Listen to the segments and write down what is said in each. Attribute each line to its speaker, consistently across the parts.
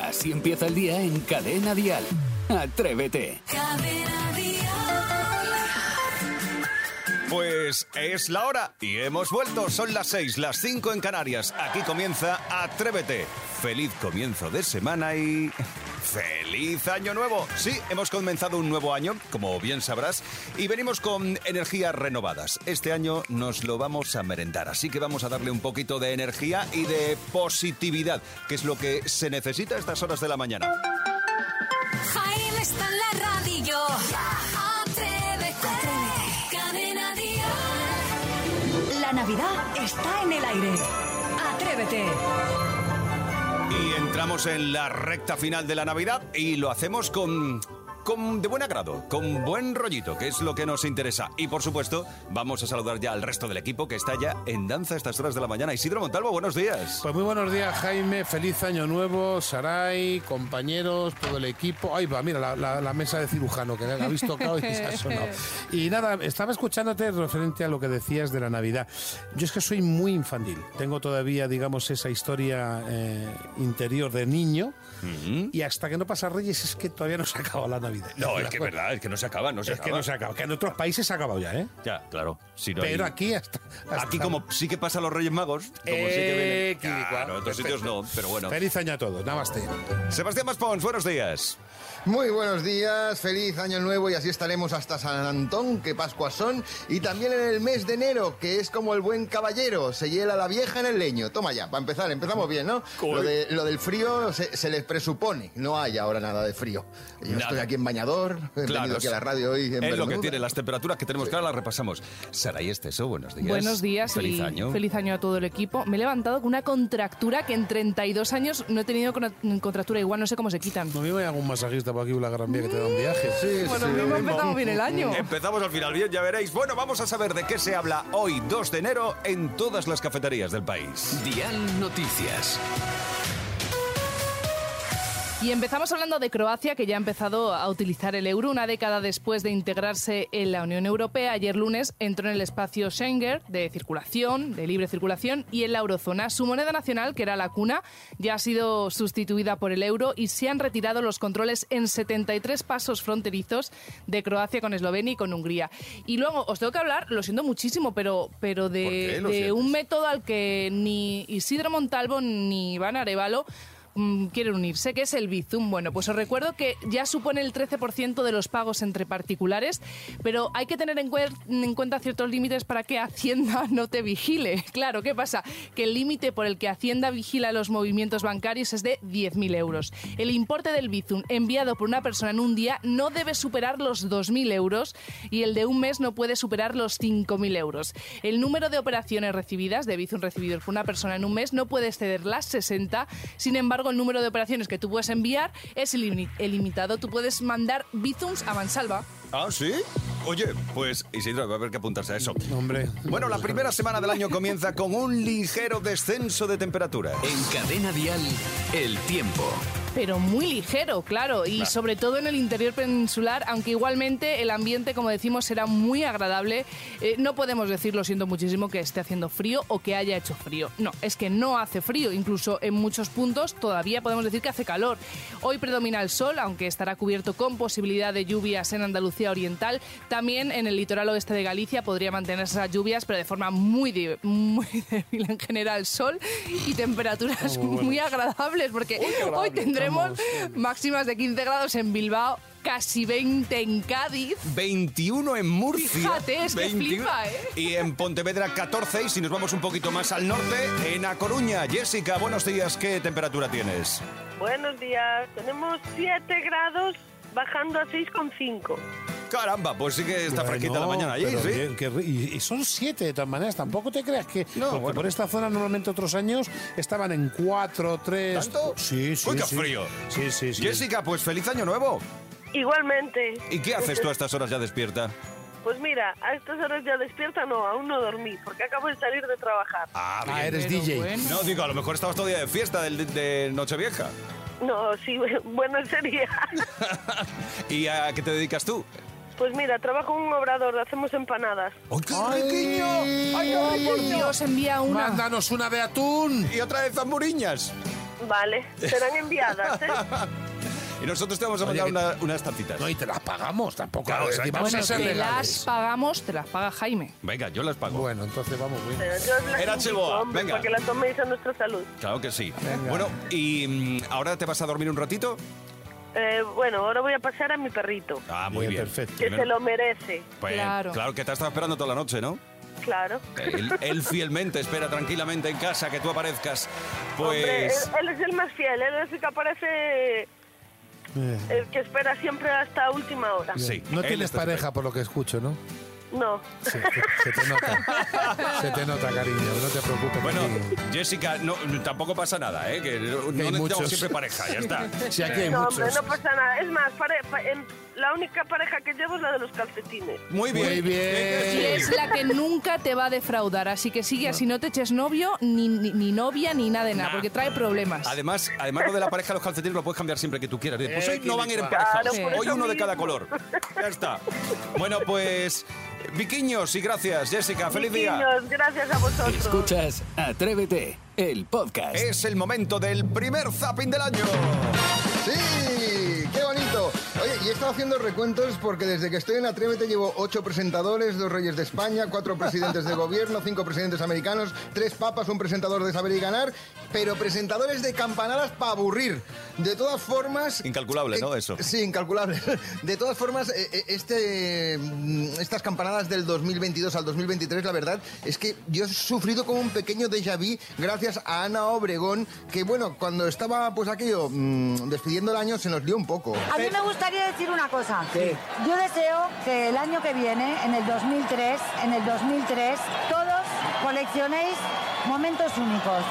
Speaker 1: Así empieza el día en Cadena Dial. Atrévete.
Speaker 2: Cadena
Speaker 3: Pues es la hora y hemos vuelto. Son las 6, las 5 en Canarias. Aquí comienza Atrévete. Feliz comienzo de semana y... ¡Feliz año nuevo! Sí, hemos comenzado un nuevo año, como bien sabrás, y venimos con energías renovadas. Este año nos lo vamos a merendar, así que vamos a darle un poquito de energía y de positividad, que es lo que se necesita a estas horas de la mañana.
Speaker 2: Jaime está en la radio. Atrévete. Cadena
Speaker 4: La Navidad está en el aire. Atrévete.
Speaker 3: Y entramos en la recta final de la Navidad y lo hacemos con... Con, de buen agrado, con buen rollito, que es lo que nos interesa. Y por supuesto, vamos a saludar ya al resto del equipo que está ya en danza a estas horas de la mañana. Isidro Montalvo, buenos días.
Speaker 5: Pues muy buenos días, Jaime. Feliz año nuevo, Saray, compañeros, todo el equipo. Ahí va, mira, la, la- la mesa de cirujano que la habéis tocado y se ha sonado. Y nada, estaba escuchándote referente a lo que decías de la Navidad. Yo es que soy muy infantil. Tengo todavía, digamos, esa historia eh, interior de niño. Y hasta que no pasa Reyes es que todavía no se ha acabado la Navidad.
Speaker 3: No, es que es
Speaker 5: es
Speaker 3: verdad, es que no se acaba, no se acaba.
Speaker 5: que no se ha acabado. Que en otros países se ha acabado ya, ¿eh?
Speaker 3: Ya, claro. si no hay-
Speaker 5: Pero aquí hasta... hasta-
Speaker 3: Aquí como sí que pasa a los Reyes Magos, como sí que
Speaker 5: Eh,
Speaker 3: vienen...
Speaker 5: equivocado.
Speaker 3: Claro, en otros
Speaker 5: Perfecto.
Speaker 3: sitios no, pero bueno.
Speaker 5: Feliz año a todos. Namaste.
Speaker 3: Sebastián Maspons, buenos días.
Speaker 6: Muy buenos días, feliz año nuevo y así estaremos hasta San Antón, que Pascuas son, y también en el mes de enero, que es como el buen caballero, se hiela la vieja en el leño. Toma ya, para empezar, empezamos bien, ¿no? Lo, de- lo del frío se, se les presupone, no hay ahora nada de frío. Yo
Speaker 3: Nada.
Speaker 6: estoy aquí en bañador, he venido aquí a la radio hoy en
Speaker 3: Es lo que
Speaker 6: bermuda.
Speaker 3: tiene, las temperaturas que tenemos, claro, las repasamos. Saray Esteso, buenos días.
Speaker 7: Buenos días
Speaker 3: Feliz
Speaker 7: y
Speaker 3: año.
Speaker 7: feliz año a todo el equipo. Me he levantado con una contractura que en 32 años no he tenido con- contractura igual, no sé cómo se quitan.
Speaker 5: No vivo algún masajista por aquí por la Gran Vía que te da un viaje. Sí,
Speaker 7: Bueno, mismo empezamos bien el año.
Speaker 3: Empezamos al final bien, ya veréis. Bueno, vamos a saber de qué se habla hoy, 2 de enero, en todas las cafeterías del país.
Speaker 1: Dial Noticias.
Speaker 7: Y empezamos hablando de Croacia, que ya ha empezado a utilizar el euro una década después de integrarse en la Unión Europea. Ayer lunes entró en el espacio Schengen de circulación, de libre circulación, y en la eurozona. Su moneda nacional, que era la cuna, ya ha sido sustituida por el euro y se han retirado los controles en 73 pasos fronterizos de Croacia con Eslovenia y con Hungría. Y luego, os tengo que hablar, lo siento muchísimo, pero, pero
Speaker 3: ¿Por qué
Speaker 7: de,
Speaker 3: lo
Speaker 7: de
Speaker 3: sientes?
Speaker 7: un método al que ni Isidro Montalvo ni Iván Arevalo mm, quieren unirse, que es el Bizum. Bueno, pues os recuerdo que ya supone el 13% de los pagos entre particulares, pero hay que tener en, cuer- en cuenta ciertos límites para que Hacienda no te vigile. Claro, ¿qué pasa? Que el límite por el que Hacienda vigila los movimientos bancarios es de 10.000 euros. El importe del Bizum enviado por una persona en un día no debe superar los 2.000 euros y el de un mes no puede superar los 5.000 euros. El número de operaciones recibidas de Bizum recibido por una persona en un mes no puede exceder las 60. Sin embargo, el número de operaciones que tú puedes enviar es ilimi- ilimitado. Tú puedes mandar Bizums a mansalva.
Speaker 3: ¿Ah, sí? Oye, pues Isidro, va a haber que apuntarse a eso.
Speaker 5: Hombre.
Speaker 3: Bueno, la primera semana del año comienza con un ligero descenso de temperatura.
Speaker 1: En Cadena Dial, el tiempo.
Speaker 7: Pero muy ligero, claro, y sobre todo en el interior peninsular, aunque igualmente el ambiente, como decimos, será muy agradable. Eh, no podemos decir, lo siento muchísimo, que esté haciendo frío o que haya hecho frío. No, es que no hace frío, incluso en muchos puntos todavía podemos decir que hace calor. Hoy predomina el sol, aunque estará cubierto con posibilidad de lluvias en Andalucía Oriental. También en el litoral oeste de Galicia podría mantenerse esas lluvias, pero de forma muy, di- muy débil en general sol y temperaturas
Speaker 5: Oh,
Speaker 7: muy agradables, porque hoy tendremos máximas de 15 grados en Bilbao, casi 20 en Cádiz.
Speaker 3: 21 en Murcia.
Speaker 7: Fíjate, es que flipa, ¿eh?
Speaker 3: Y en Pontevedra 14 y si nos vamos un poquito más al norte, en A Coruña. Jessica, buenos días, ¿qué temperatura tienes?
Speaker 8: Buenos días. Tenemos 7 grados bajando a 6,5.
Speaker 3: Caramba, pues sí que está fresquita la mañana allí,
Speaker 5: pero
Speaker 3: ¿sí?
Speaker 5: bien, qué ri- y, y son siete de todas maneras. Tampoco te creas que.
Speaker 3: No,
Speaker 5: porque
Speaker 3: bueno.
Speaker 5: por esta zona normalmente otros años estaban en cuatro, tres.
Speaker 3: ¿Tanto?
Speaker 5: Sí, sí.
Speaker 3: Uy, qué
Speaker 5: sí.
Speaker 3: frío.
Speaker 5: Sí, sí, sí.
Speaker 3: Jessica, pues feliz año nuevo.
Speaker 8: Igualmente. Este,
Speaker 3: ¿Y qué haces tú a estas horas ya despierta?
Speaker 8: Pues mira, a estas horas ya despierta, no, aún no dormí, porque acabo de salir de trabajar.
Speaker 3: Ah,
Speaker 5: Ah, eres
Speaker 7: Pero
Speaker 5: DJ.
Speaker 7: bueno.
Speaker 3: No, digo, a lo mejor estabas todo día de fiesta del- de, Nochevieja.
Speaker 8: No, sí, bueno, sería.
Speaker 3: ¿Y a qué te dedicas tú?
Speaker 8: Pues mira, trabajo en un obrador, hacemos empanadas.
Speaker 3: ¡Ay, qué
Speaker 5: Ay.
Speaker 3: riquiño!
Speaker 7: Ay, por Dios, envía una.
Speaker 5: Mándanos una de atún.
Speaker 3: Y otra de zamburiñas.
Speaker 8: Vale, serán enviadas, ¿eh?
Speaker 3: Y nosotros te vamos a
Speaker 5: Oye,
Speaker 3: mandar
Speaker 5: que-
Speaker 3: una- unas tantitas.
Speaker 5: No, y te las pagamos tampoco.
Speaker 3: Claro,
Speaker 5: es decir,
Speaker 3: exacto.
Speaker 5: vamos
Speaker 7: Bueno,
Speaker 5: a ser
Speaker 7: te las
Speaker 5: legales.
Speaker 7: pagamos, te las paga Jaime.
Speaker 3: Venga, yo las pago.
Speaker 5: Bueno, entonces vamos bien.
Speaker 8: Pero yo os las
Speaker 3: Era
Speaker 8: invito,
Speaker 3: Cheboa,
Speaker 8: hombre,
Speaker 3: venga.
Speaker 8: Para que las toméis a nuestra salud.
Speaker 3: Claro que sí. Bueno, y mm, ahora te vas a dormir un ratito.
Speaker 8: Eh, bueno, ahora voy a pasar a mi perrito,
Speaker 3: Ah, muy bien.
Speaker 5: Bien, perfecto.
Speaker 8: que se
Speaker 3: Primero-
Speaker 8: lo merece,
Speaker 3: Pues, claro.
Speaker 7: Claro.
Speaker 3: que te ha estado esperando toda la noche, ¿no?
Speaker 8: claro.
Speaker 3: Él, él fielmente espera tranquilamente en casa que tú aparezcas.
Speaker 8: Hombre, eh, él,
Speaker 3: Pues.
Speaker 8: él es el más fiel, él es el que aparece, el que espera siempre hasta última hora.
Speaker 3: sí.
Speaker 5: No
Speaker 3: él
Speaker 5: tienes
Speaker 3: está
Speaker 5: pareja, por lo que escucho, ¿no?
Speaker 8: No,
Speaker 5: Sí, se, se te nota. Se te nota, cariño. No te preocupes.
Speaker 3: Bueno,
Speaker 5: que-
Speaker 3: Jessica, no, tampoco pasa nada, ¿eh? Que no
Speaker 5: hay
Speaker 3: necesitamos
Speaker 5: muchos.
Speaker 3: siempre pareja, ya está.
Speaker 5: si aquí hay
Speaker 8: no,
Speaker 5: muchos.
Speaker 8: hombre, no pasa nada. Es más, pare- pa- en- la única pareja que llevo es la de los calcetines.
Speaker 3: Muy bien.
Speaker 5: Muy bien.
Speaker 7: Y es la que nunca te va a defraudar, así que sigue así, no te eches novio, ni, ni, ni novia, ni nada de nada,
Speaker 3: Nah.
Speaker 7: porque trae problemas.
Speaker 3: Además, además lo de la pareja, los calcetines lo puedes cambiar siempre que tú quieras. Pues
Speaker 5: Eh,
Speaker 3: hoy no van a ir
Speaker 5: Claro,
Speaker 3: emparejados.
Speaker 7: por
Speaker 3: hoy
Speaker 8: eso
Speaker 3: uno de cada
Speaker 8: mismo.
Speaker 3: color. Ya está. Bueno, pues. Viquiños y gracias, Jessica. Ah, ¡Feliz día!
Speaker 8: Niños, gracias a vosotros.
Speaker 1: Escuchas Atrévete, el podcast.
Speaker 5: Eh,
Speaker 3: Es el momento del primer zapping del año.
Speaker 6: ¡Sí! ¡Qué bonito! Oye, y he estado haciendo recuentos porque desde que estoy en Atrévete llevo ocho presentadores, dos reyes de España, cuatro presidentes de gobierno, cinco presidentes americanos, tres papas, un presentador de saber y ganar, pero presentadores de campanadas para aburrir. De todas formas... eh,
Speaker 3: Incalculable, ¿no? Eso.
Speaker 6: Sí, incalculable. De todas formas, eh, eh, este, mm, estas campanadas del 2022 al 2023, la verdad es que yo he sufrido como un pequeño déjà vu gracias a Ana Obregón, que bueno, cuando estaba pues aquello mm, despidiendo el año se nos dio un poco.
Speaker 9: A mí me gustaría decir una cosa. Yo deseo que el año que viene, en el 2003, en el 2003, todos coleccionéis momentos únicos.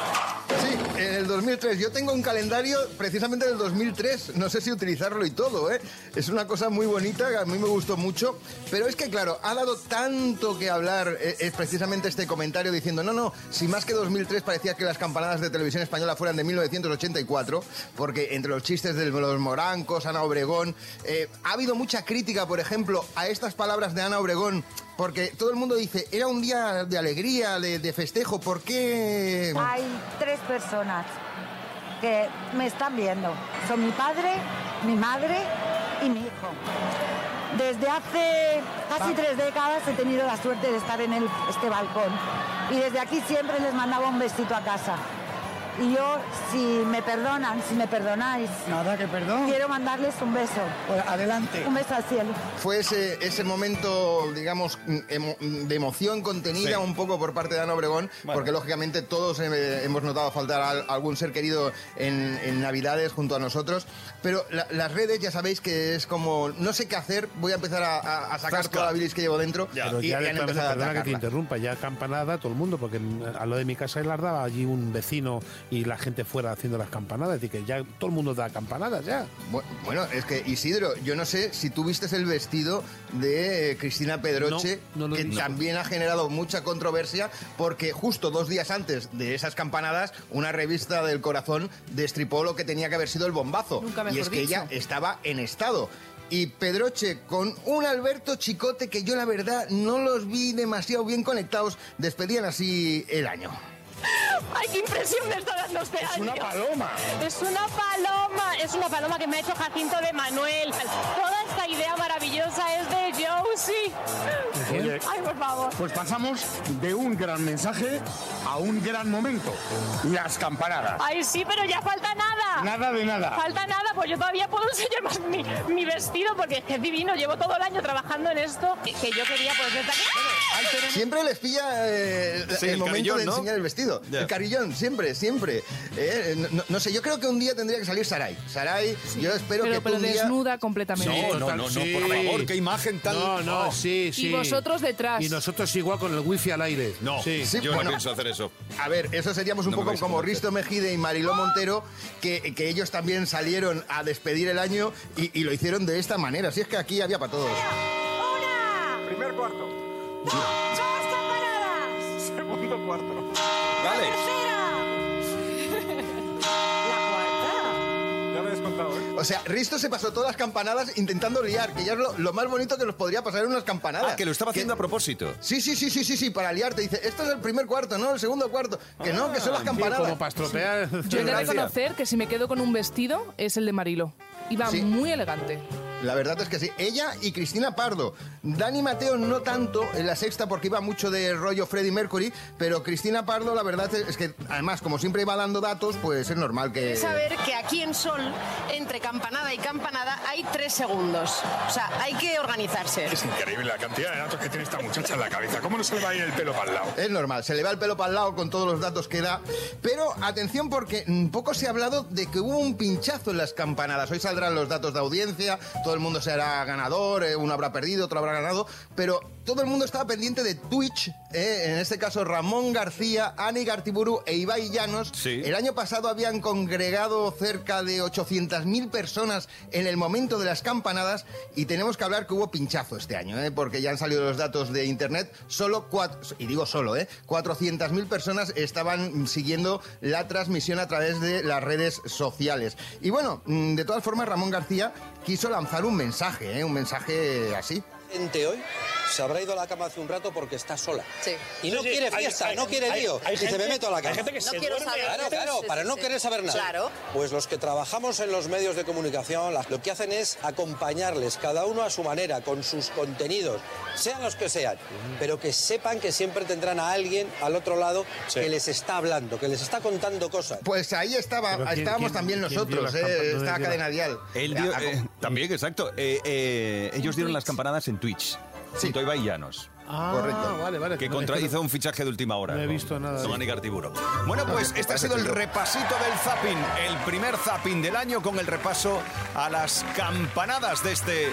Speaker 6: Sí, en el 2003. Yo tengo un calendario precisamente del 2003. No sé si utilizarlo y todo, ¿eh? Es una cosa muy bonita que a mí me gustó mucho. Pero es que, claro, ha dado tanto que hablar eh, eh, precisamente este comentario diciendo, no, no, si más que 2003 parecía que las campanadas de televisión española fueran de 1984, porque entre los chistes de los morancos, Ana Obregón, eh, ha habido mucha crítica, por ejemplo, a estas palabras de Ana Obregón. Porque todo el mundo dice, era un día de alegría, de, de festejo, ¿por qué...?
Speaker 9: Hay tres personas que me están viendo. Son mi padre, mi madre y mi hijo. Desde hace casi tres décadas he tenido la suerte de estar en el- este balcón y desde aquí siempre les mandaba un besito a casa. Y yo, si me perdonan, si me perdonáis,
Speaker 10: Nada, que perdón.
Speaker 9: quiero mandarles un beso.
Speaker 10: Pues adelante.
Speaker 9: Un beso al cielo.
Speaker 6: fue ese, ese momento, digamos, mm, emo- mm, de emoción contenida
Speaker 3: Sí.
Speaker 6: un poco por parte de Ana Obregón, porque lógicamente todos eh, hemos notado faltar a algún ser querido en, en Navidades junto a nosotros, pero la- las redes ya sabéis que es como, no sé qué hacer, voy a empezar a, a- a sacar
Speaker 3: Zasca.
Speaker 6: toda la bilis que llevo dentro
Speaker 5: Pero
Speaker 6: y, y
Speaker 5: ya
Speaker 6: han
Speaker 5: después,
Speaker 6: empezado a
Speaker 5: perdona que te
Speaker 6: atacarla.
Speaker 5: interrumpa, ya campanada todo el mundo, porque en- a lo de mi casa en Larda allí un vecino y la gente fuera haciendo las campanadas, así que ya todo el mundo da campanadas ya.
Speaker 6: Bu- Bueno, es que Isidro, yo no sé si tú vistes el vestido de eh, Cristina Pedroche,
Speaker 5: No, no lo he
Speaker 6: que
Speaker 5: visto.
Speaker 6: también ha generado mucha controversia, porque justo dos días antes de esas campanadas, una revista del corazón destripó lo que tenía que haber sido el bombazo.
Speaker 7: Nunca
Speaker 6: y
Speaker 7: mejor
Speaker 6: es que ella estaba en estado. Y Pedroche con un Alberto Chicote que yo la verdad no los vi demasiado bien conectados, despedían así el año.
Speaker 11: ¡Ay, qué impresión me está dando este año!
Speaker 10: Una paloma.
Speaker 5: ¿Eh?
Speaker 11: Es una paloma, es una paloma que me ha hecho Jacinto de Manuel. Toda esta idea maravillosa es de Josie.
Speaker 10: Oye,
Speaker 11: Ay, por favor.
Speaker 10: pues pasamos de un gran mensaje a un gran momento. Las campanadas.
Speaker 11: Ay, sí, pero ya falta nada.
Speaker 10: Nada de nada.
Speaker 11: Falta nada, pues yo todavía puedo enseñar más mi, mi vestido porque es que es divino. Llevo todo el año trabajando en esto que, que yo quería pues estar
Speaker 10: Ahí tenemos-
Speaker 6: Siempre les pilla eh,
Speaker 3: Sí,
Speaker 6: el,
Speaker 3: el
Speaker 6: momento
Speaker 3: carillón,
Speaker 6: de
Speaker 3: ¿no?
Speaker 6: enseñar el vestido.
Speaker 3: Ya.
Speaker 6: El carillón, siempre, siempre. Eh, no- no, no sé, yo creo que un día tendría que salir Sarai. Sarai, yo espero
Speaker 7: pero
Speaker 6: que
Speaker 7: pero,
Speaker 6: tú un día...
Speaker 7: desnuda completamente.
Speaker 3: Eh, No, no, no, no, por favor, qué imagen tan-
Speaker 5: No, no,
Speaker 3: Oh.
Speaker 5: sí, sí.
Speaker 7: vosotros detrás.
Speaker 5: Y nosotros igual con el wifi al aire.
Speaker 3: No,
Speaker 5: Sí.
Speaker 6: Sí,
Speaker 3: yo
Speaker 6: bueno.
Speaker 3: no pienso hacer eso.
Speaker 6: A ver, eso seríamos un
Speaker 3: No me
Speaker 6: poco
Speaker 3: vais a
Speaker 6: como
Speaker 3: convencer.
Speaker 6: Risto Mejide y
Speaker 7: ¡Ah!
Speaker 6: Mariló Montero, que, que ellos también salieron a despedir el año y, y lo hicieron de esta manera. Así es que aquí había para todos.
Speaker 9: ¡Una!
Speaker 10: Primer cuarto.
Speaker 9: ¡Dos campanadas!
Speaker 10: Segundo cuarto.
Speaker 3: Vale.
Speaker 9: ¡Tercera! ¡La cuarta!
Speaker 10: Ya lo he descontado, ¿eh?
Speaker 6: O sea, Risto se pasó todas las campanadas intentando liar, que ya es lo, lo más bonito que nos podría pasar en unas campanadas.
Speaker 3: Ah, que lo estaba haciendo a propósito.
Speaker 6: Sí, sí, sí, sí, sí, sí, para liarte. Dice, esto es el primer cuarto, no el segundo cuarto. Que no, que son las
Speaker 3: Ah,
Speaker 5: sí,
Speaker 6: campanadas.
Speaker 5: como para estropear.
Speaker 7: Yo he de
Speaker 6: Gracias.
Speaker 7: reconocer que si me quedo con un vestido es el de Marilo. Iba
Speaker 6: Sí.
Speaker 7: muy elegante.
Speaker 6: La verdad es que sí. Ella y Cristina Pardo. Dani Mateo no tanto en la sexta porque iba mucho de rollo Freddie Mercury, pero Cristina Pardo la verdad es que además como siempre iba dando datos, pues es normal que...
Speaker 12: que saber que aquí en Sol, entre campanada y campanada, hay tres segundos. O sea, hay que organizarse.
Speaker 10: Es increíble la cantidad de datos que tiene esta muchacha en la cabeza. ¿Cómo no se le va a ir el pelo para el lado?
Speaker 6: Es normal, se le va el pelo para el lado con todos los datos que da. Pero atención porque mm, poco se ha hablado de que hubo un pinchazo en las campanadas. Hoy saldrán los datos de audiencia, todo el mundo será ganador, eh, uno habrá perdido, otro habrá ganado, pero todo el mundo estaba pendiente de Twitch, eh, en este caso Ramón García, Ani Gartiburu e Ibai Llanos. El año pasado habían congregado cerca de 800.000 personas en el momento de las campanadas y tenemos que hablar que hubo pinchazo este año, ¿eh? porque ya han salido los datos de internet, solo cuatro, y digo solo, ¿eh? 400.000 personas estaban siguiendo la transmisión a través de las redes sociales. Y bueno, mm, de todas formas, Ramón García quiso lanzar un mensaje, ¿eh? un mensaje así.
Speaker 13: gente hoy se habrá ido a la cama hace un rato porque está sola. Y no
Speaker 14: Sí, sí,
Speaker 13: quiere
Speaker 14: hay-
Speaker 13: fiesta,
Speaker 14: hay-
Speaker 13: no quiere
Speaker 14: hay-
Speaker 13: lío.
Speaker 14: hay
Speaker 13: Dice,
Speaker 14: gente-
Speaker 13: me meto a la cama.
Speaker 14: hay gente que No se quiero duerme saber
Speaker 13: Claro,
Speaker 14: antes.
Speaker 13: claro,
Speaker 14: Sí,
Speaker 13: para
Speaker 14: sí,
Speaker 13: no
Speaker 14: sí.
Speaker 13: querer saber nada.
Speaker 14: Claro.
Speaker 13: Pues los que trabajamos en los medios de comunicación, las- lo que hacen es acompañarles, cada uno a su manera, con sus contenidos, sean los que sean, pero que sepan que siempre tendrán a alguien al otro lado que les está hablando, que les está contando cosas.
Speaker 6: Pues ahí estaba,
Speaker 13: Pero ¿quién-
Speaker 6: estábamos
Speaker 13: quién-
Speaker 6: también
Speaker 13: quién dio
Speaker 6: nosotros,
Speaker 13: las
Speaker 6: ¿eh?
Speaker 13: campanas? ¿Dónde
Speaker 6: estaba
Speaker 13: dio la-
Speaker 6: Cadena Dial.
Speaker 3: Él dio-
Speaker 6: Ah,
Speaker 3: eh, también, exacto. Eh, eh, ellos dieron las campanadas en Twitch, junto a Ibai Llanos.
Speaker 5: Ah, Correcto. vale, vale.
Speaker 3: Que
Speaker 5: No,
Speaker 3: contra-
Speaker 5: es que no-
Speaker 3: hizo un fichaje de última hora.
Speaker 5: no he
Speaker 3: con-
Speaker 5: visto nada de
Speaker 3: con
Speaker 5: eso.
Speaker 3: Ani Gartiburu. Bueno, pues
Speaker 5: Parece-
Speaker 3: este ha sido el
Speaker 5: parece que-
Speaker 3: repasito del zapping. El primer zapping del año con el repaso a las campanadas de este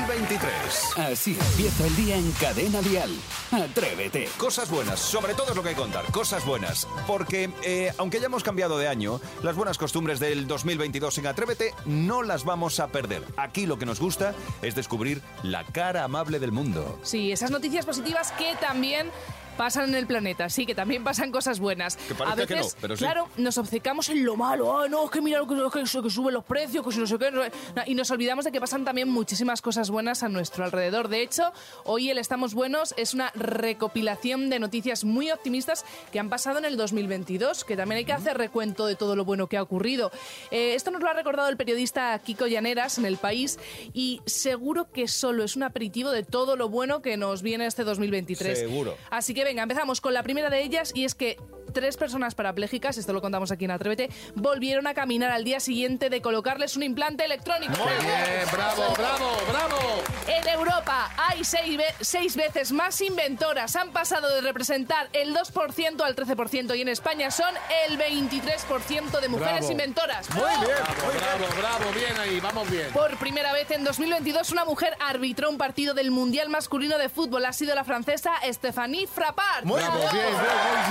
Speaker 3: 2023.
Speaker 1: Así empieza el día en Cadena Dial. Atrévete.
Speaker 3: Cosas buenas, sobre todo es lo que hay que contar, cosas buenas. Porque eh, aunque hayamos cambiado de año, las buenas costumbres del 2022 en Atrévete no las vamos a perder. Aquí lo que nos gusta es descubrir la cara amable del mundo.
Speaker 7: Sí, esas noticias positivas que también pasan en el planeta, sí, que también pasan cosas buenas.
Speaker 3: Que parezca
Speaker 7: a veces,
Speaker 3: que no, pero sí.
Speaker 7: claro, nos obcecamos en lo malo, ah, no, es que mira lo que, lo que- que suben los precios, que si no sé qué, no sé- no, y nos olvidamos de que pasan también muchísimas cosas buenas a nuestro alrededor. De hecho, hoy el Estamos Buenos es una recopilación de noticias muy optimistas que han pasado en el 2022, que también hay que hacer recuento de todo lo bueno que ha ocurrido. Eh, esto nos lo ha recordado el periodista Kiko Llaneras en El País y seguro que solo es un aperitivo de todo lo bueno que nos viene este 2023.
Speaker 3: Seguro.
Speaker 7: Así que venga, empezamos con la primera de ellas y es que tres personas parapléjicas, esto lo contamos aquí en Atrévete, volvieron a caminar al día siguiente de colocarles un implante electrónico.
Speaker 5: Muy bien, bravo, bravo, ¡Oh, bravo.
Speaker 7: En Europa hay seis, ve- seis veces más inventoras. Han pasado de representar el 2% al 13% y en España son el 23% de mujeres
Speaker 5: Bravo.
Speaker 7: inventoras.
Speaker 5: Muy bien, bravo, bravo, bravo, bien ahí, vamos bien.
Speaker 7: Por primera vez en 2022, una mujer arbitró un partido del Mundial Masculino de Fútbol. Ha sido la francesa Stéphanie Frappard.
Speaker 5: Muy
Speaker 7: ¡Bravo!
Speaker 5: bien, bien, bien,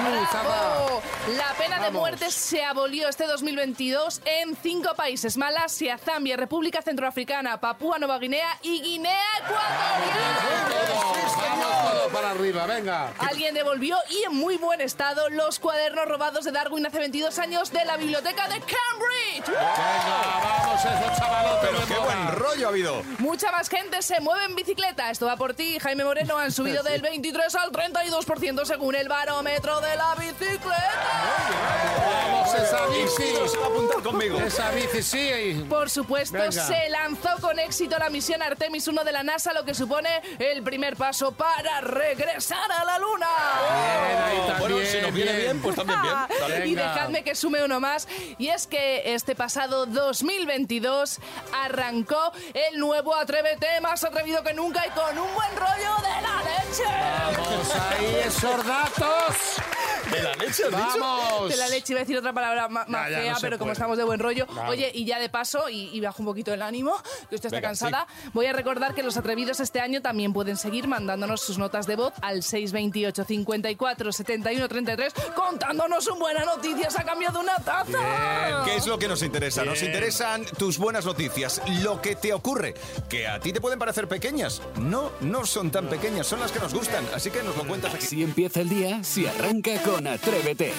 Speaker 5: bien, bien,
Speaker 7: ¡Bravo!
Speaker 5: Saba.
Speaker 7: La pena de
Speaker 5: Vamos.
Speaker 7: muerte se abolió este 2022 en cinco países. Malasia, Zambia, República Centroafricana, Papúa Nueva Guinea y Guinea
Speaker 5: Vamos,
Speaker 7: Ecuatorial.
Speaker 5: vamos todos para arriba, venga.
Speaker 7: Alguien devolvió y en muy buen estado los cuadernos robados de Darwin hace 22 años de la biblioteca de Cambridge.
Speaker 5: Venga, vamos esos chavalotes.
Speaker 3: Pero qué buen rollo ha habido.
Speaker 7: Mucha más gente se mueve en bicicleta. Esto va por ti, Jaime Moreno. Han subido del 23 al 32% según el barómetro de la bicicleta.
Speaker 5: Vamos esa
Speaker 3: Y
Speaker 5: bici.
Speaker 3: Sito se va a apuntar conmigo.
Speaker 5: Esa bici, sí.
Speaker 7: Por supuesto,
Speaker 5: Venga.
Speaker 7: se lanzó con éxito la misión Artemis 1 de la NASA, lo que supone el primer paso para regresar a la Luna.
Speaker 3: bueno, si nos viene bien, pues también bien. Dale.
Speaker 7: Y dejadme que sume uno más. Y es que este pasado 2022 arrancó el nuevo Atrévete más atrevido que nunca y con un buen rollo de la leche.
Speaker 5: Vamos ahí, esos datos.
Speaker 3: De la leche, has dicho.
Speaker 5: Vamos.
Speaker 7: De la leche, iba a decir otra palabra ma- más
Speaker 5: ya,
Speaker 7: fea,
Speaker 5: no se
Speaker 7: pero como
Speaker 5: puede.
Speaker 7: estamos de buen rollo.
Speaker 5: Claro.
Speaker 7: Oye, y ya de paso, y, y bajo un poquito el ánimo, que usted está
Speaker 5: Venga,
Speaker 7: cansada, voy a recordar que los atrevidos este año también pueden seguir mandándonos sus notas de voz al 628 54 71 33 contándonos un buena noticia a cambio de una taza.
Speaker 3: ¿Qué es lo que nos interesa? Nos
Speaker 5: Bien.
Speaker 3: interesan tus buenas noticias, lo que te ocurre, que a ti te pueden parecer pequeñas. No, no son tan pequeñas, son las que nos gustan, así que nos lo cuentas aquí.
Speaker 1: Si empieza el día, si arranca con Atrévete.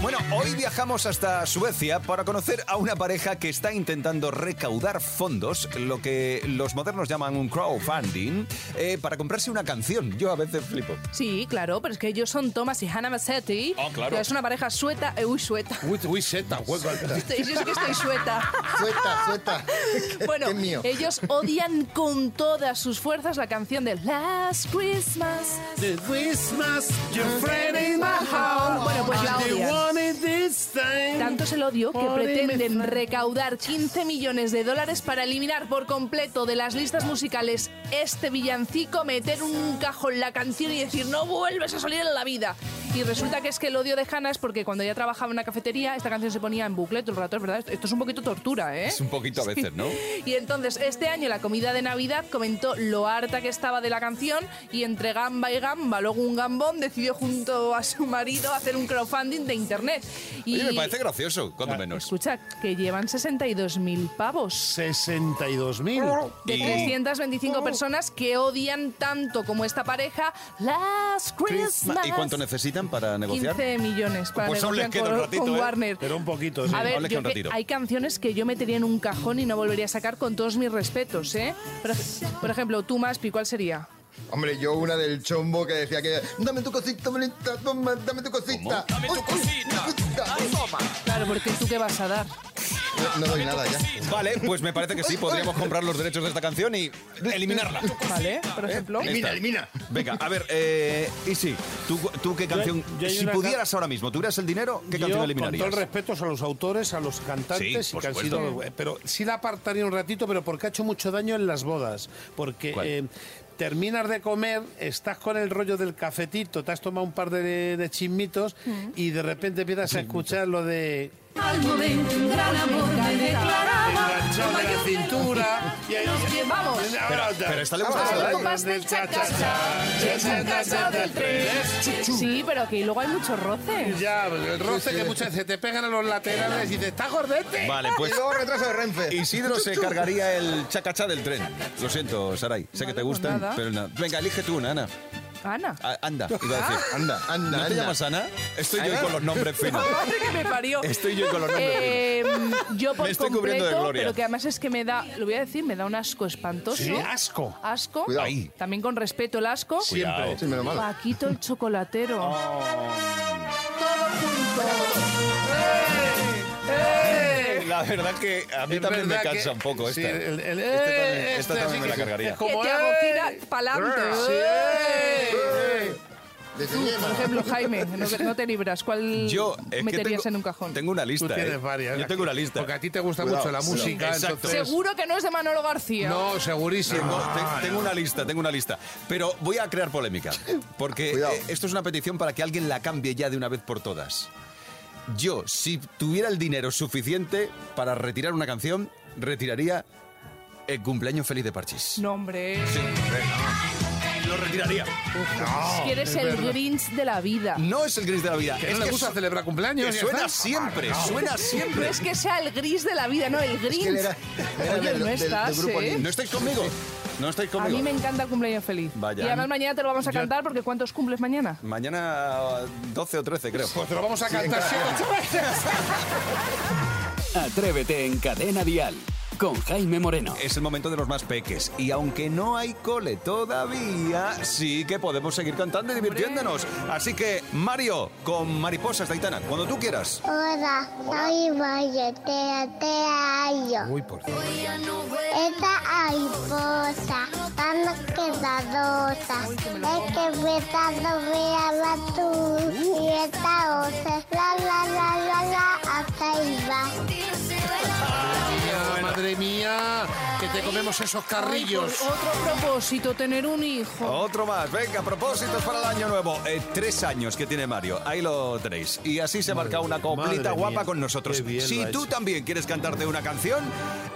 Speaker 3: Bueno, hoy viajamos hasta Suecia para conocer a una pareja que está intentando recaudar fondos, lo que los modernos llaman un crowdfunding, eh, para comprarse una canción. Yo a veces flipo.
Speaker 7: Sí, claro, pero es que ellos son Thomas y Hannah Massetti.
Speaker 3: Ah, claro.
Speaker 7: que es una pareja sueta. eh, uy, sueta.
Speaker 5: Uy, uy, seta, hueco.
Speaker 7: Estoy- yo sí que estoy sueta.
Speaker 6: ah, Suelta, suelta.
Speaker 7: Bueno,
Speaker 6: es mío.
Speaker 7: ellos odian con todas sus fuerzas la canción de Last Christmas.
Speaker 5: The Christmas, your friend in my
Speaker 7: heart. Bueno, pues la
Speaker 5: They
Speaker 7: odian.
Speaker 5: want it this time.
Speaker 7: Tanto es el odio que
Speaker 5: Por
Speaker 7: pretenden
Speaker 5: mi-
Speaker 7: recaudar 15 millones de dólares para eliminar por completo de las listas musicales este villancico, meter un cajón la canción y decir no vuelves a salir en la vida. Y resulta que es que el odio de Hannah es porque cuando ella trabajaba en una cafetería, esta canción se ponía en bucle todo el rato, es verdad. Esto es un poquito tortura, ¿eh?
Speaker 3: Es un poquito a veces, ¿no?
Speaker 7: Y entonces este año la comida de Navidad comentó lo harta que estaba de la canción y entre gamba y gamba, luego un gambón decidió junto a su marido hacer un crowdfunding de internet. Y
Speaker 3: Oye, me parece gracioso, cuando menos.
Speaker 7: escucha, que llevan 62.000 pavos.
Speaker 5: 62.000.
Speaker 7: De
Speaker 3: Y- Oh.
Speaker 7: 325 personas que odian tanto como esta pareja Last Christmas.
Speaker 3: ¿Y cuánto necesitan para negociar?
Speaker 7: 15 millones para
Speaker 3: Pues aún les
Speaker 7: negociar
Speaker 3: queda un
Speaker 7: con,
Speaker 3: ratito,
Speaker 7: con
Speaker 3: ¿eh?
Speaker 7: Warner.
Speaker 5: Pero un poquito, sí.
Speaker 7: A ver,
Speaker 3: Aún les
Speaker 7: yo
Speaker 3: queda un
Speaker 7: que-
Speaker 3: ratito.
Speaker 7: hay canciones que yo metería en un cajón y no volvería a sacar con todos mis respetos, ¿eh? Por, ej- por ejemplo, tú, Maspi, ¿cuál sería?
Speaker 6: Hombre, yo una del chombo que decía que dame tu cosita, bonita, toma, dame tu cosita. Dame tu cosita. Toma.
Speaker 7: Claro, porque tú qué vas a dar.
Speaker 6: No, no doy nada ya.
Speaker 3: Vale, pues me parece que sí, podríamos comprar los derechos de esta canción y eliminarla.
Speaker 7: ¿Vale? Por ejemplo.
Speaker 3: Esta. Venga, a ver, eh, Isi, ¿tú, ¿tú qué
Speaker 5: Yo-
Speaker 3: canción?
Speaker 5: yo hay
Speaker 3: si
Speaker 5: una
Speaker 3: pudieras ahora mismo, tuvieras el dinero, ¿qué
Speaker 5: Yo,
Speaker 3: canción
Speaker 5: Con
Speaker 3: eliminarías?
Speaker 5: todo el respeto a los autores, a los cantantes,
Speaker 3: Sí,
Speaker 5: y
Speaker 3: por
Speaker 5: que han
Speaker 3: supuesto.
Speaker 5: sido- eh, pero sí la apartaría un ratito, pero porque ha hecho mucho daño en las bodas. Porque eh, terminas de comer, estás con el rollo del cafetito, te has tomado un par de, de chismitos y de repente empiezas a escuchar lo de.
Speaker 2: Al momento un gran amor me declaraba.
Speaker 5: Enganchado de la cintura. y ahí-
Speaker 2: Nos llevamos.
Speaker 3: Pero- pero esta le gusta
Speaker 5: Ah,
Speaker 3: a Sara.
Speaker 5: la-
Speaker 7: Compás del chacachá,
Speaker 5: del chacachá del tren.
Speaker 7: Sí, pero que luego hay mucho roce.
Speaker 5: Ya, el roce que muchas veces te pegan a los laterales y dices, ¡está gordete!
Speaker 3: Vale, pues.
Speaker 6: Y luego retraso de Renfe.
Speaker 3: Isidro se cargaría el chacachá del tren. Lo siento, Saray. Sé
Speaker 5: pues
Speaker 3: que te gustan,
Speaker 7: nada.
Speaker 3: pero nada. Venga, elige tú una, Ana.
Speaker 7: Ana.
Speaker 3: A- anda, iba
Speaker 5: Ah.
Speaker 3: a decir. Anda,
Speaker 6: anda,
Speaker 3: ¿No te
Speaker 6: anda.
Speaker 3: llamas Ana? Estoy yo
Speaker 6: Ana.
Speaker 3: hoy con los nombres finos.
Speaker 7: Madre que me parió.
Speaker 3: Estoy yo con los nombres
Speaker 7: Eh, yo por
Speaker 3: Me estoy
Speaker 7: completo,
Speaker 3: cubriendo de gloria.
Speaker 7: pero que además es que me da, lo voy a decir, me da un asco espantoso.
Speaker 5: Sí, asco.
Speaker 7: Asco.
Speaker 6: Cuidado.
Speaker 3: Ahí.
Speaker 7: También con respeto el asco.
Speaker 5: Siempre.
Speaker 6: Sí, menos mal.
Speaker 7: Paquito el chocolatero.
Speaker 6: Ah,
Speaker 3: La verdad que a mí
Speaker 5: Eh, Es
Speaker 3: también me
Speaker 5: verdad
Speaker 3: cansa
Speaker 5: que-
Speaker 3: un poco esta.
Speaker 5: sí, el- el-
Speaker 3: Esta también-
Speaker 5: eh,
Speaker 3: esta
Speaker 5: este
Speaker 3: también
Speaker 5: sí
Speaker 3: me la
Speaker 5: que-
Speaker 3: cargaría.
Speaker 5: es
Speaker 7: que
Speaker 5: como,
Speaker 7: te
Speaker 5: ¡eh!
Speaker 7: agobia pa'lante.
Speaker 5: Sí, ¡eh! ¡eh!
Speaker 6: Desde
Speaker 7: Tú,
Speaker 6: Yema.
Speaker 7: por ejemplo, Jaime, no, no te libras. ¿Cuál
Speaker 3: Yo es que
Speaker 7: meterías
Speaker 3: tengo-
Speaker 7: en un cajón?
Speaker 3: Tengo una lista.
Speaker 5: Tú tienes
Speaker 3: eh.
Speaker 5: varias.
Speaker 3: Yo tengo una lista.
Speaker 5: Porque a ti te gusta
Speaker 3: Cuidado,
Speaker 5: mucho la
Speaker 3: cuidado.
Speaker 5: música,
Speaker 3: Exacto.
Speaker 5: entonces...
Speaker 7: Seguro que no es de Manolo García.
Speaker 5: No, segurísimo.
Speaker 3: Tengo, te- tengo una lista, tengo una lista. Pero voy a crear polémica. Porque
Speaker 6: Cuidado.
Speaker 3: eh, esto es una petición para que alguien la cambie ya de una vez por todas. Yo, si tuviera el dinero suficiente para retirar una canción, retiraría el cumpleaños feliz de Parchís.
Speaker 7: No, hombre.
Speaker 3: Sí, venga. Lo retiraría.
Speaker 5: No,
Speaker 7: Que eres
Speaker 5: es
Speaker 7: el
Speaker 5: verdad.
Speaker 7: Grinch de la vida.
Speaker 3: No es el gris de la vida.
Speaker 5: Que
Speaker 3: es
Speaker 5: no le
Speaker 3: que
Speaker 5: gusta
Speaker 3: su-
Speaker 5: celebrar
Speaker 3: que
Speaker 5: cumpleaños. ya
Speaker 3: suena
Speaker 5: está.
Speaker 3: siempre,
Speaker 5: Ah, no.
Speaker 3: suena
Speaker 7: No
Speaker 3: siempre.
Speaker 7: es que sea el gris de la vida, no, el
Speaker 6: Es
Speaker 7: Grinch.
Speaker 6: que él era- era
Speaker 7: Oye,
Speaker 6: del-
Speaker 7: no
Speaker 6: del- del
Speaker 7: estás,
Speaker 6: grupo
Speaker 7: ¿eh?
Speaker 6: Nin.
Speaker 3: ¿No estáis conmigo? ¿No estáis
Speaker 7: A
Speaker 3: conmigo?
Speaker 7: mí me encanta el cumpleaños feliz.
Speaker 3: Vaya.
Speaker 7: Y además mañana te lo vamos a cantar porque ¿cuántos cumples mañana?
Speaker 3: Mañana eh, 12 o 13, creo.
Speaker 5: Pues te lo vamos a cantar siempre.
Speaker 1: Atrévete en Cadena Dial con Jaime Moreno.
Speaker 3: Es el momento de los más peques. Y aunque no hay cole todavía, sí que podemos seguir cantando y divirtiéndonos. Así que, Mario, con Mariposas de Aitana, cuando tú quieras.
Speaker 14: Hola, soy Mario, te, te hallo.
Speaker 3: Uy, por
Speaker 14: Esta mariposa tan quedadosa, es que me está doblada tú
Speaker 15: Uh.
Speaker 14: y esta otra, la la la la la, hasta ahí va.
Speaker 5: Madre mía, que te comemos esos carrillos.
Speaker 7: Ay, por otro propósito, tener un hijo.
Speaker 3: Otro más, venga, propósitos para el año nuevo. Eh, tres años que tiene Mario, ahí lo tenéis. Y así se marca una coplita
Speaker 5: madre
Speaker 3: guapa
Speaker 5: mía,
Speaker 3: con nosotros.
Speaker 5: qué bien
Speaker 3: Si
Speaker 5: lo ha
Speaker 3: tú
Speaker 5: hecho.
Speaker 3: también quieres cantarte una canción,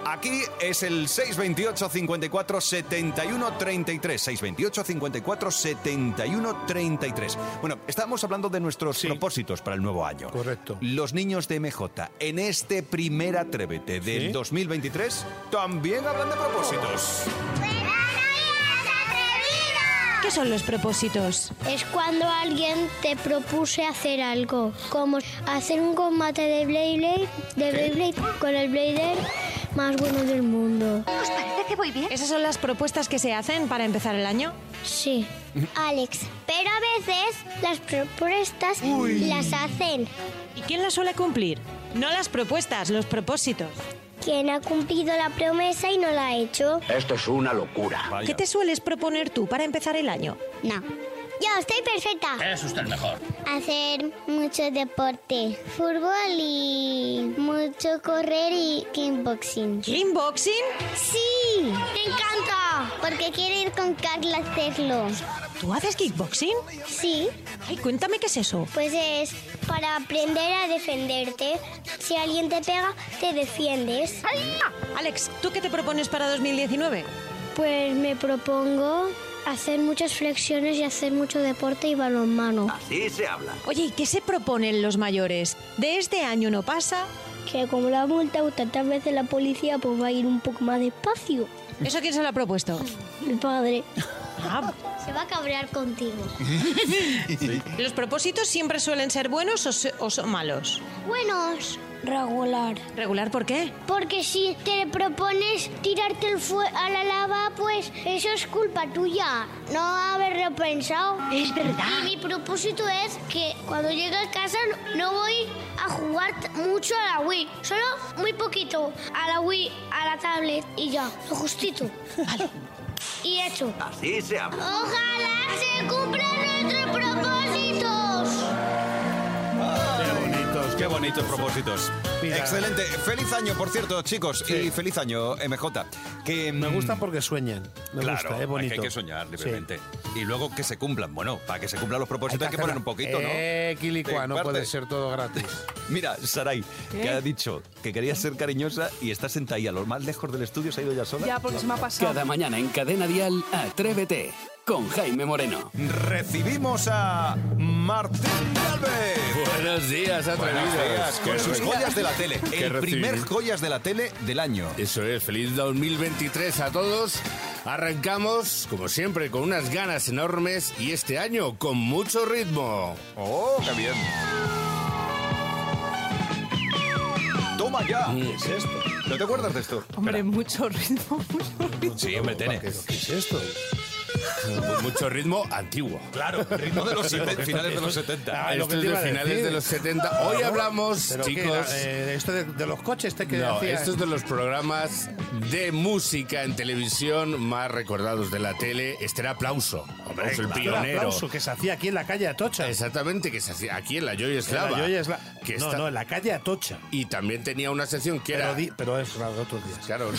Speaker 3: aquí es el 628 54 71 33. 628 54 71 33. Bueno, estábamos hablando de nuestros propósitos para el nuevo año.
Speaker 5: Correcto.
Speaker 3: Los niños de MJ en este primer Atrévete del
Speaker 5: Sí.
Speaker 3: 2023 también hablan de propósitos.
Speaker 14: ¡Pero no eres atrevido!
Speaker 15: ¿Qué son los propósitos?
Speaker 14: Es cuando alguien te propuse hacer algo, como hacer un combate de Beyblade, de Beyblade con el Blader más bueno del mundo.
Speaker 15: ¿Os parece que voy bien? ¿Esas son las propuestas que se hacen para empezar el año?
Speaker 14: Sí. Alex, pero a veces las propuestas las hacen
Speaker 15: ¿Y quién las suele cumplir? No las propuestas, los propósitos.
Speaker 14: quien ha cumplido la promesa y no la ha hecho.
Speaker 16: Esto es una locura.
Speaker 15: ¿Qué te sueles proponer tú para empezar el año?
Speaker 14: No. Yo estoy perfecta.
Speaker 17: Eh.
Speaker 16: Es usted mejor.
Speaker 14: Hacer mucho deporte, fútbol y mucho correr y kickboxing.
Speaker 15: ¿Kickboxing?
Speaker 14: Sí, me encanta, porque quiero ir con Carla a hacerlo.
Speaker 15: ¿Tú haces kickboxing?
Speaker 14: Sí.
Speaker 15: Ay, cuéntame qué es eso.
Speaker 14: Pues es para aprender a defenderte. Si alguien te pega, te defiendes.
Speaker 15: Alex, ¿tú qué te propones para 2019?
Speaker 14: Pues me propongo hacer muchas flexiones y hacer mucho deporte y balonmano.
Speaker 16: Sí se habla.
Speaker 15: Oye, ¿y qué se proponen los mayores? De este año no pasa.
Speaker 14: Que como la multa tantas veces la policía, pues va a ir un poco más despacio.
Speaker 15: ¿Eso quién se lo ha propuesto? Ah,
Speaker 14: Mi padre. Se va a cabrear contigo.
Speaker 15: ¿Los propósitos siempre suelen ser buenos o, se- o son malos?
Speaker 14: Buenos. Regular.
Speaker 15: ¿Regular por qué?
Speaker 14: Porque si te propones tirarte el fue- a la lava, pues eso es culpa tuya. No haberlo pensado. Es verdad. mi propósito es que cuando llegue a casa no voy a jugar t- mucho a la Wii. Solo muy poquito. A la Wii, a la tablet y ya. Lo justito. Y hecho.
Speaker 16: Sí se habla.
Speaker 14: Ojalá se cumplan nuestros propósitos.
Speaker 3: Qué bonitos, qué bonitos propósitos. Excelente. Feliz año, por cierto, chicos. Y feliz año, MJ. Que,
Speaker 5: Me
Speaker 3: mm,
Speaker 5: gusta porque sueñan. Me
Speaker 3: claro,
Speaker 5: gusta,
Speaker 3: es
Speaker 5: es bonito.
Speaker 3: que hay que soñar
Speaker 5: Sí.
Speaker 3: libremente. Y luego que se cumplan. Bueno, para que se cumplan los propósitos hay que, poner un poquito, ¿no?
Speaker 5: Eh, Quilicua,
Speaker 3: De
Speaker 5: no
Speaker 3: parte.
Speaker 5: puede ser todo gratis.
Speaker 3: Mira, Saray, que
Speaker 7: ¿Qué?
Speaker 3: ha dicho que quería ser cariñosa y está sentada ahí a lo más lejos del estudio, se ha ido ya
Speaker 17: Oh.
Speaker 3: sola.
Speaker 7: Ya, porque se me ha pasado.
Speaker 1: Cada mañana en Cadena Dial, Atrévete con Jaime Moreno.
Speaker 3: Recibimos a Martín Galvez.
Speaker 17: Buenos días, atrevidos.
Speaker 3: Buenos días, con
Speaker 17: Buenos
Speaker 3: sus
Speaker 17: días.
Speaker 3: joyas de la tele.
Speaker 17: ¿Qué
Speaker 3: El primer
Speaker 17: recibimos?
Speaker 3: joyas de la tele del año.
Speaker 17: Eso es, feliz 2023 a todos. Arrancamos, como siempre, con unas ganas enormes y este año con mucho ritmo.
Speaker 3: ¡Oh, qué bien! ¡Toma ya! ¿Qué es esto? ¿No te acuerdas de esto?
Speaker 7: Hombre, mucho ritmo, mucho ritmo.
Speaker 3: Sí, hombre, tiene.
Speaker 17: ¿Qué es esto? Mucho ritmo antiguo.
Speaker 3: Claro, ritmo de los seten- finales de los 70.
Speaker 17: Ah,
Speaker 5: lo
Speaker 17: esto
Speaker 5: que
Speaker 17: es
Speaker 5: te
Speaker 17: de
Speaker 5: iba a
Speaker 17: finales
Speaker 5: decir.
Speaker 17: de los 70. Hoy
Speaker 5: Claro.
Speaker 17: hablamos,
Speaker 5: ¿Pero qué
Speaker 17: chicos.
Speaker 5: era? Eh, esto de, de los coches, este que
Speaker 17: No,
Speaker 5: decía.
Speaker 17: esto es de los programas de música en televisión más recordados de la tele. Este era Aplauso. Aplauso, el
Speaker 5: Claro,
Speaker 17: pionero.
Speaker 5: aplauso que se hacía aquí en la calle Atocha.
Speaker 17: Exactamente, que se hacía aquí en la Joya
Speaker 5: En la
Speaker 17: Eslava.
Speaker 5: Joya Esla-
Speaker 17: Que
Speaker 5: No,
Speaker 17: está-
Speaker 5: no, en la calle Atocha.
Speaker 17: Y también tenía una sección que
Speaker 5: Pero,
Speaker 17: era...
Speaker 5: di- pero es claro, de otros días.
Speaker 17: Claro.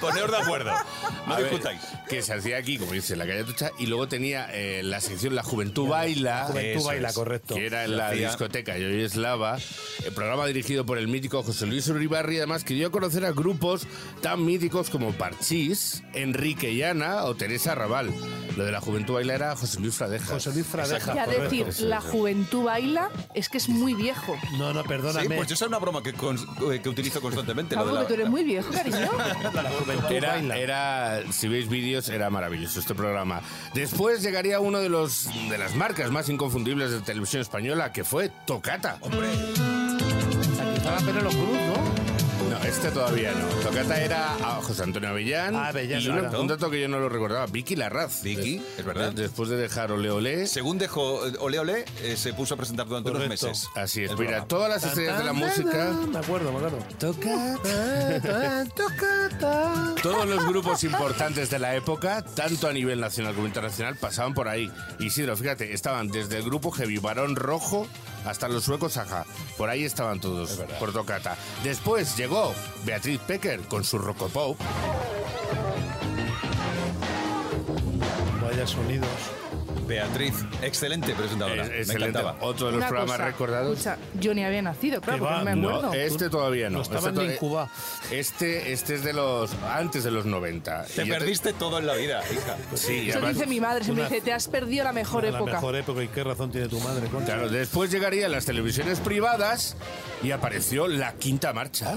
Speaker 3: Poneos de acuerdo. No
Speaker 17: Ah. A ver,
Speaker 3: discutáis.
Speaker 17: que se hacía aquí, como dice, en la calle Atocha. Y luego tenía eh, la sección La Juventud Baila.
Speaker 5: La Juventud
Speaker 17: Eso
Speaker 5: Baila,
Speaker 17: es.
Speaker 5: correcto.
Speaker 17: Que era
Speaker 5: Se
Speaker 17: en la
Speaker 5: hacía-
Speaker 17: discoteca Yo Eslava. El programa dirigido por el mítico José Luis Uribarri, además, que dio a conocer a grupos tan míticos como Parchís, Enrique Llana o Teresa Raval. Lo de la Juventud Baila era José Luis Fradeja. José
Speaker 5: Luis Fradeja,
Speaker 7: Ya
Speaker 17: eh,
Speaker 7: decir, la juventud baila es que es muy viejo.
Speaker 5: No, no, perdóname.
Speaker 3: Sí, pues esa es una broma que, cons- eh, que utilizo constantemente. lo de
Speaker 7: Pablo,
Speaker 3: la-
Speaker 7: que tú eres muy viejo, cariño.
Speaker 17: Era, era- si veis vídeos, era maravilloso este programa. Después llegaría uno de los de las marcas más inconfundibles de televisión española, que fue Tocata.
Speaker 5: Estaba Penélope Cruz, ¿no?
Speaker 17: No, este todavía no. Tocata era a José Antonio Avellán.
Speaker 5: Ah, Avellán,
Speaker 17: y un-
Speaker 5: claro.
Speaker 17: un dato que yo no lo recordaba, ah, Vicky Larraz.
Speaker 3: Vicky, es verdad.
Speaker 17: De- Después de dejar Ole Ole.
Speaker 3: Según dejó eh, Ole Ole, eh, se puso a presentar durante unos
Speaker 17: Correcto.
Speaker 3: meses.
Speaker 17: Así es,
Speaker 3: El
Speaker 17: mira,
Speaker 3: programa.
Speaker 17: todas las estrellas de la música,
Speaker 5: Me acuerdo, me acuerdo.
Speaker 17: Tocata,
Speaker 5: tocata.
Speaker 17: todos los grupos importantes de la época, tanto a nivel nacional como internacional, pasaban por ahí. Isidro, fíjate, estaban desde el grupo Heavy Barón Rojo hasta los suecos Aja. Por ahí estaban todos, por Tocata. Después llegó Beatriz Pecker con su Rocopop.
Speaker 5: Vaya sonidos.
Speaker 3: Beatriz, excelente presentadora.
Speaker 17: Es-
Speaker 3: Me
Speaker 17: excelente. Oh,
Speaker 3: encantaba.
Speaker 17: Otro de los
Speaker 7: Una
Speaker 17: programas
Speaker 7: cosa,
Speaker 17: recordados.
Speaker 7: escucha, yo ni había nacido, claro,
Speaker 17: Que
Speaker 7: Ah, porque
Speaker 17: va,
Speaker 7: no me
Speaker 17: no,
Speaker 7: acuerdo.
Speaker 17: este todavía no.
Speaker 5: No estaban
Speaker 17: Este
Speaker 5: ni en
Speaker 17: to-
Speaker 5: Cuba.
Speaker 17: Este, este es de los antes de los 90.
Speaker 3: Te
Speaker 17: Y ya
Speaker 3: perdiste todo en la vida, hija.
Speaker 17: Sí, y
Speaker 7: Eso
Speaker 17: además-
Speaker 7: dice mi madre, siempre
Speaker 17: una-
Speaker 7: dice, te has perdido la mejor
Speaker 5: Era La
Speaker 7: época.
Speaker 5: mejor época y qué razón tiene tu madre. concha.
Speaker 17: Claro, después llegarían las televisiones privadas y apareció la quinta marcha.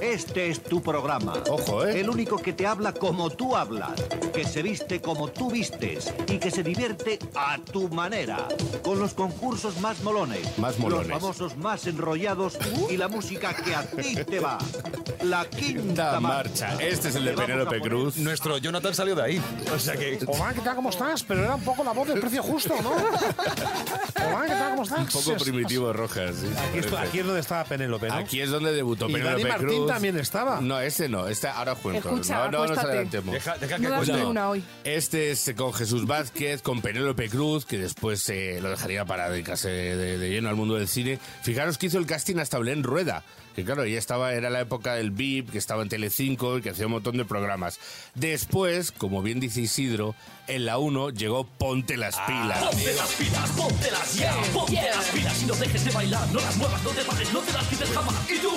Speaker 16: Este es tu programa. Ojo, ¿eh? El único que te habla como tú hablas, que se viste como tú vistes y que se divierte a tu manera. Con los concursos más molones,
Speaker 17: Más molones.
Speaker 16: los famosos más enrollados y la música que a ti te va. La quinta marcha.
Speaker 17: Este es el de
Speaker 16: Te vamos a
Speaker 17: Penélope
Speaker 16: poner
Speaker 17: Cruz.
Speaker 3: Nuestro Jonathan salió de ahí. O sea que.
Speaker 5: Hola, ¿qué tal? ¿Cómo estás? Pero era un poco la voz del precio justo, ¿no? Hola, ¿qué tal? ¿Cómo estás?
Speaker 17: Un poco primitivo, Rojas. sí,
Speaker 5: Aquí es,
Speaker 17: parece.
Speaker 5: aquí es donde estaba Penélope, ¿no?
Speaker 17: Aquí es donde debutó
Speaker 5: Y
Speaker 17: Penélope
Speaker 5: Dani Martín
Speaker 17: Cruz.
Speaker 5: también estaba.
Speaker 17: No, ese no. Este, ahora os cuento.
Speaker 7: Escucha,
Speaker 17: no, no nos
Speaker 7: acuéstate.
Speaker 17: adelantemos.
Speaker 7: Deja- deja que No das cuente. ninguna hoy.
Speaker 17: Este es con Jesús Vázquez, con Penélope Cruz, que después eh, lo dejaría para dedicarse de, de- de lleno al mundo del cine. Fijaros que hizo el casting hasta Belén Rueda. Que claro, ella estaba, era la época del VIP, que estaba en Telecinco y que hacía un montón de programas. Después, como bien dice Isidro, en la 1 llegó Ponte las
Speaker 1: Ah.
Speaker 17: pilas.
Speaker 18: Ponte las pilas, ponte las ya, ponte las pilas y no dejes de bailar, no las muevas, no te pares, no te las quites jamás. ¿Y tú?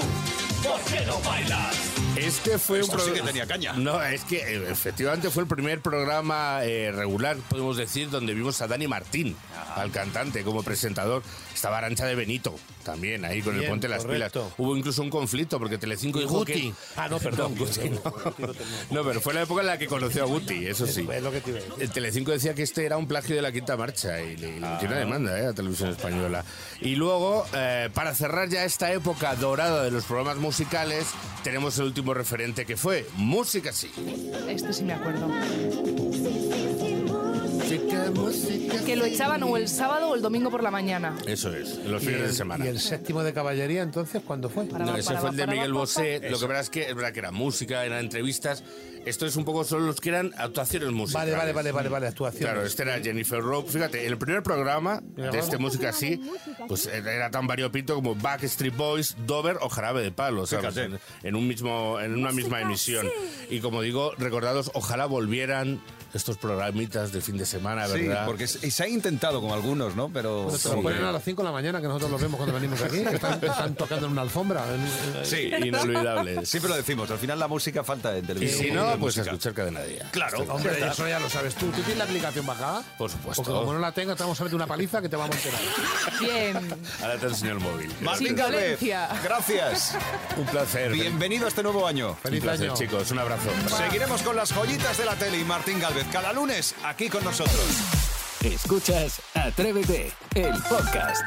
Speaker 18: ¿Por qué no bailas?
Speaker 17: Este fue
Speaker 3: Esto
Speaker 17: un
Speaker 3: sí
Speaker 17: programa.
Speaker 3: que tenía caña.
Speaker 17: No, es que eh, efectivamente fue el primer programa eh, regular, podemos decir, donde vimos a Dani Martín, al cantante, como presentador. Estaba Arancha de Benito también ahí con el
Speaker 5: Bien,
Speaker 17: Ponte las
Speaker 5: correcto.
Speaker 17: Pilas. Hubo incluso un conflicto porque Telecinco dijo
Speaker 5: Guti.
Speaker 17: que.
Speaker 5: Ah, no, perdón.
Speaker 17: Guti, no. No, pero fue la época en la que conoció a Guti, eso sí.
Speaker 5: Es lo que te iba a decir. Ah.
Speaker 17: El Telecinco decía que este era un plagio de la Quinta Marcha y le, le metió una demanda eh, a Televisión Española. Y luego, eh, para cerrar ya esta época dorada de los programas musicales, tenemos el último referente que fue Música Sí.
Speaker 7: Este sí me acuerdo. Que lo echaban o el sábado o el domingo por la mañana.
Speaker 17: Eso es, los fines
Speaker 5: ¿Y el-
Speaker 17: de semana.
Speaker 5: ¿Y el séptimo de caballería entonces cuándo fue?
Speaker 17: No, ese fue el de Miguel Bosé. Lo que
Speaker 5: Eso.
Speaker 17: verdad es que es verdad que era música, eran entrevistas. Esto es un poco son los que eran actuaciones musicales.
Speaker 5: vale, vale, vale, vale, actuaciones.
Speaker 17: Claro, este era Jennifer Rowe. Fíjate, el primer programa de
Speaker 5: Rowe.
Speaker 17: este música así, pues era tan variopinto como Backstreet Boys, Dover o Jarabe de Palo, ¿sabes?
Speaker 3: Fíjate.
Speaker 17: En, en un mismo, en una misma emisión. Y como digo, recordados, ojalá volvieran estos programitas de fin de semana,
Speaker 3: Sí,
Speaker 17: ¿verdad?
Speaker 3: porque se, se ha intentado con algunos, ¿no? Pero.
Speaker 5: Bueno, te lo ponen a las 5 de la mañana que nosotros los vemos cuando venimos aquí, que están, están tocando en una alfombra. en- en-
Speaker 3: Sí,
Speaker 17: inolvidables.
Speaker 3: Siempre lo decimos, al final la música falta en
Speaker 17: y
Speaker 3: televisión.
Speaker 17: si
Speaker 3: un poquito
Speaker 17: no,
Speaker 3: de
Speaker 17: pues a
Speaker 3: música.
Speaker 17: escuchar Cadena Día.
Speaker 3: Claro,
Speaker 5: Hombre,
Speaker 3: Ya está.
Speaker 5: eso ya lo sabes tú. ¿Tú tienes la aplicación bajada?
Speaker 17: Por supuesto.
Speaker 5: Porque como no la tengas, te vamos a meter una paliza que te va a montar.
Speaker 7: Bien.
Speaker 17: Ahora te enseño el móvil.
Speaker 3: Martín
Speaker 7: Sin
Speaker 3: Galvez,
Speaker 7: violencia.
Speaker 3: gracias.
Speaker 17: Un placer.
Speaker 3: Bienvenido a este nuevo año.
Speaker 17: Feliz Un placer, año. chicos. Un abrazo.
Speaker 3: Seguiremos con las joyitas de la tele y Martín Galvez cada lunes aquí con nosotros.
Speaker 1: Escuchas Atrévete, el podcast.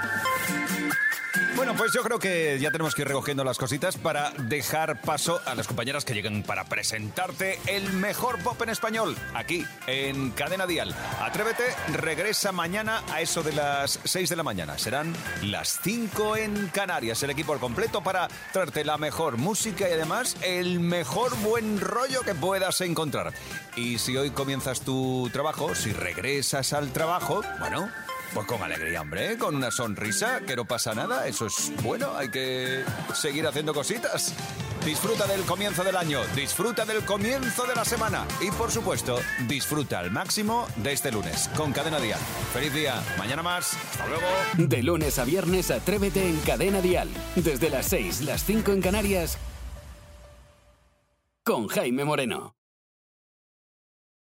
Speaker 3: Bueno, pues yo creo que ya tenemos que ir recogiendo las cositas para dejar paso a las compañeras que llegan para presentarte el mejor pop en español aquí en Cadena Dial. Atrévete, regresa mañana a eso de las 6 de la mañana. Serán las 5 en Canarias. El equipo al completo para traerte la mejor música y además el mejor buen rollo que puedas encontrar. Y si hoy comienzas tu trabajo, si regresas al trabajo, bueno. Pues con alegría, hombre, ¿eh? con una sonrisa, que no pasa nada, eso es bueno, hay que seguir haciendo cositas. Disfruta del comienzo del año, disfruta del comienzo de la semana y por supuesto, disfruta al máximo de este lunes con Cadena Dial. Feliz día, mañana más, hasta luego.
Speaker 1: De lunes a viernes, Atrévete en Cadena Dial. Desde las 6, las 5 en Canarias, con Jaime Moreno.